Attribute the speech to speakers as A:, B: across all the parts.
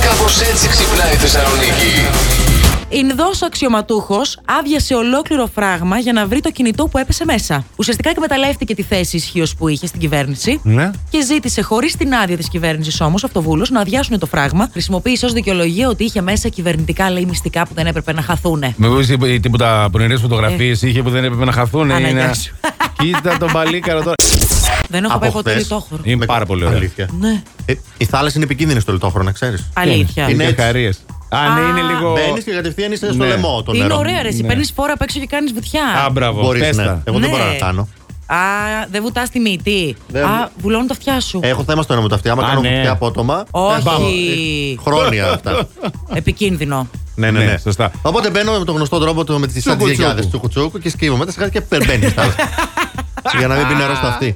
A: Κάπως έτσι ξυπνάει η Θεσσαλονίκη.
B: Ινδός αξιωματούχος άδειασε ολόκληρο φράγμα για να βρει το κινητό που έπεσε μέσα. Ουσιαστικά εκμεταλλεύτηκε τη θέση ισχύως που είχε στην κυβέρνηση
C: Ναι.
B: και ζήτησε χωρίς την άδεια της κυβέρνησης όμως, αυτοβούλο, να αδειάσουν το φράγμα. Χρησιμοποίησε ως δικαιολογία ότι είχε μέσα κυβερνητικά λέει μυστικά που δεν έπρεπε να χαθούν.
C: Μήπω τίποτα πονηρέ φωτογραφίε είχε που δεν έπρεπε να χαθούν.
B: Αναγκιά
C: είναι-
B: σου.
C: Κοίτα τον παλίκαρο τώρα.
B: Δεν έχω
D: Από
B: πάει ποτέ
D: χθες. Ε,
B: λιτόχωρο.
C: Είναι πάρα πολύ ωραία.
D: Αλήθεια.
B: Ναι,
D: Ε, η θάλασσα είναι επικίνδυνη στο λιτόχωρο, να ξέρεις.
B: αλήθεια.
D: Είναι
C: Είναι
D: έτσι.
C: χαρίες. Α, ναι, είναι λίγο.
D: Μπαίνεις και κατευθείαν είσαι στο
C: Ναι.
D: λαιμό το νερό.
B: Είναι ωραία, ρε. εσύ
C: Ναι.
B: Παίρνεις φόρα απ' έξω και κάνεις βουτιά.
C: Α, μπράβο.
D: Μπορείς, ναι.
C: Τέστα.
D: Εγώ δεν
B: Ναι.
D: μπορώ να κάνω.
B: Α, δεν βουτάς τη μύτη.
D: Δεν-
B: Α, βουλώνουν τα αυτιά σου.
D: Έχω θέμα στο ένα μου τα αυτιά. Άμα
C: Α,
D: κάνω
C: ναι.
D: κουτιά απότομα.
B: Όχι.
D: ε, πάμε. Χρόνια αυτά.
B: Επικίνδυνο.
D: ναι, ναι,
C: Ναι,
D: ναι.
C: σωστά.
D: Οπότε μπαίνω με τον γνωστό τρόπο το- με τις
C: Τσουκουτσούκου.
D: αντιγεγιάδε του κουτσούκου και σκύβω μετά σιγά και περμπαίνει. Για να μην πει νερό στο αυτή.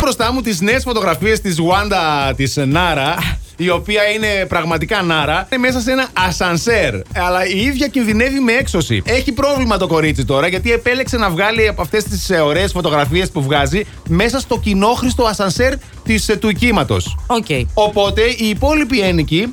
C: Μπροστά μου τις νέες φωτογραφίες της Wanda της Νάρα, η οποία είναι πραγματικά Νάρα, είναι μέσα σε ένα ασανσέρ. Αλλά η ίδια κινδυνεύει με έξωση. Έχει πρόβλημα το κορίτσι τώρα, γιατί επέλεξε να βγάλει από αυτές τις ωραίες φωτογραφίες που βγάζει μέσα στο κοινόχρηστο ασανσέρ της, ε, του οικίματο.
B: Οκ.
C: Οπότε οι υπόλοιποι ένοικοι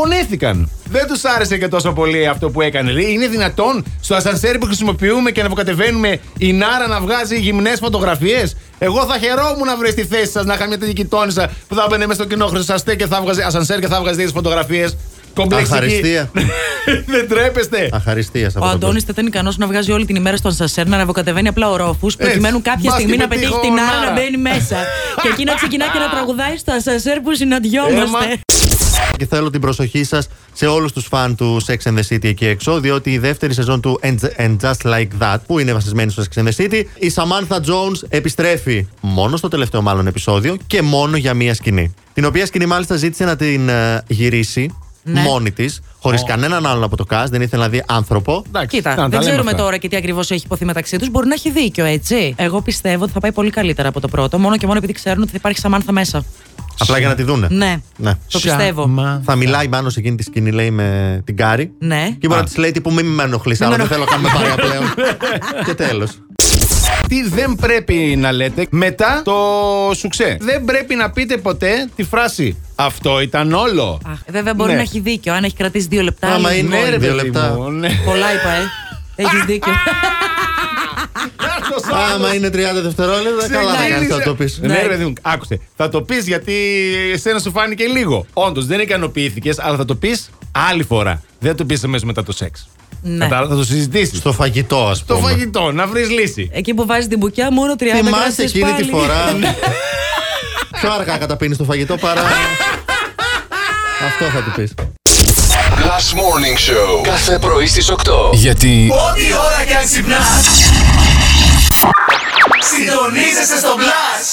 C: παραπονέθηκαν. Δεν τους άρεσε και τόσο πολύ αυτό που έκανε. Λέει, είναι δυνατόν στο ασανσέρ που χρησιμοποιούμε και να αποκατεβαίνουμε η Νάρα να βγάζει γυμνές φωτογραφίες. Εγώ θα χαιρόμουν να βρεις τη θέση σας να είχα μια τέτοια κοιτώνισσα που θα μπαινε μέσα στο κοινό χρυσαστέ και θα βγάζει ασανσέρ και θα βγάζει τέτοιες φωτογραφίες. Κομπλεξική.
D: Αχαριστία.
C: Δεν τρέπεστε.
D: Αχαριστία σε
B: Ο
D: αυτό. το
B: Αντώνης θα ήταν ικανός να βγάζει όλη την ημέρα στον Σασέρ να ανεβοκατεβαίνει απλά ορόφους, προκειμένου κάποια
C: Μπας
B: στιγμή
C: την
B: να πετύχει
C: πετύχω,
B: την άρα
C: Νάρα.
B: να μπαίνει μέσα. και εκεί να ξεκινά και να τραγουδάει στο Σασέρ που συναντιόμαστε.
C: Έμα.
D: και θέλω την προσοχή σας σε όλους τους φαν του Sex and the City εκεί έξω, διότι η δεύτερη σεζόν του And, and Just Like That, που είναι βασισμένη στο Sex and the City, η Samantha Jones επιστρέφει μόνο στο τελευταίο μάλλον επεισόδιο και μόνο για μία σκηνή. Την οποία σκηνή μάλιστα ζήτησε να την ε, γυρίσει
B: Ναι.
D: μόνη της, χωρίς κανέναν άλλον από το cast, δεν ήθελε να δει άνθρωπο.
B: Ναι.
C: Εντάξει, να τα
B: Κοίτα, δεν
C: λέμε
B: ξέρουμε
C: αυτά.
B: τώρα και τι ακριβώς έχει υποθεί μεταξύ τους. Μπορεί να έχει δίκιο, έτσι. Εγώ πιστεύω ότι θα πάει πολύ καλύτερα από το πρώτο, μόνο και μόνο επειδή ξέρουν ότι θα υπάρχει Σαμάνθα μέσα.
D: Απλά για να τη δούνε.
B: Ναι,
D: Ναι.
B: το πιστεύω.
C: Μα-
D: Θα μιλάει πάνω σε εκείνη τη σκηνή, λέει, με την Κάρη.
B: Ναι.
D: Και μπορεί να της λέει τύπου μην με ενοχλείς, αλλά δεν θέλω να κάνουμε παρέα πλέον. και τέλος.
C: Τι δεν πρέπει να λέτε μετά το σουξέ. Δεν πρέπει να πείτε ποτέ τη φράση Αυτό ήταν όλο.
B: Αχ, βέβαια μπορεί
C: Ναι.
B: να έχει δίκιο. Αν έχει κρατήσει δύο λεπτά.
D: Άμα
B: λέει,
D: είναι-
C: Ναι, ρε,
D: Δύο
C: παιδί
D: λεπτά.
C: μου, ναι.
B: Πολλά είπα, ε. Έχεις δίκιο.
C: Άστος,
D: Άμα
C: άστος.
D: είναι 30 δευτερόλεπτα, καλά θα κάνει,
C: Ξεκίνησε.
D: θα το πεις.
C: Ναι,
B: Ναι.
C: ρε, παιδί μου, άκουσε. Θα το πεις γιατί εσένα σου φάνηκε λίγο. Όντως δεν ικανοποιήθηκες, αλλά θα το πεις άλλη φορά. Δεν θα το πεις αμέσως μετά το σεξ.
B: Ναι.
C: Κατάλαβα, θα το συζητήσεις.
D: Στο φαγητό, ας
C: Το
D: πούμε.
C: φαγητό, να βρεις λύση.
B: Εκεί που βάζεις την μπουκιά, μόνο 30
D: Θυμάσαι
B: κράτησες
D: εκείνη τη
B: πάλι.
D: φορά.
C: Ναι.
D: Πιο αργά καταπίνεις το φαγητό παρά. Αυτό θα του πεις.
A: Last Morning Show. Κάθε πρωί στις 8.
E: Γιατί
F: Ό,τι ώρα κι αν ξυπνάς Συντονίζεσαι στο Blast.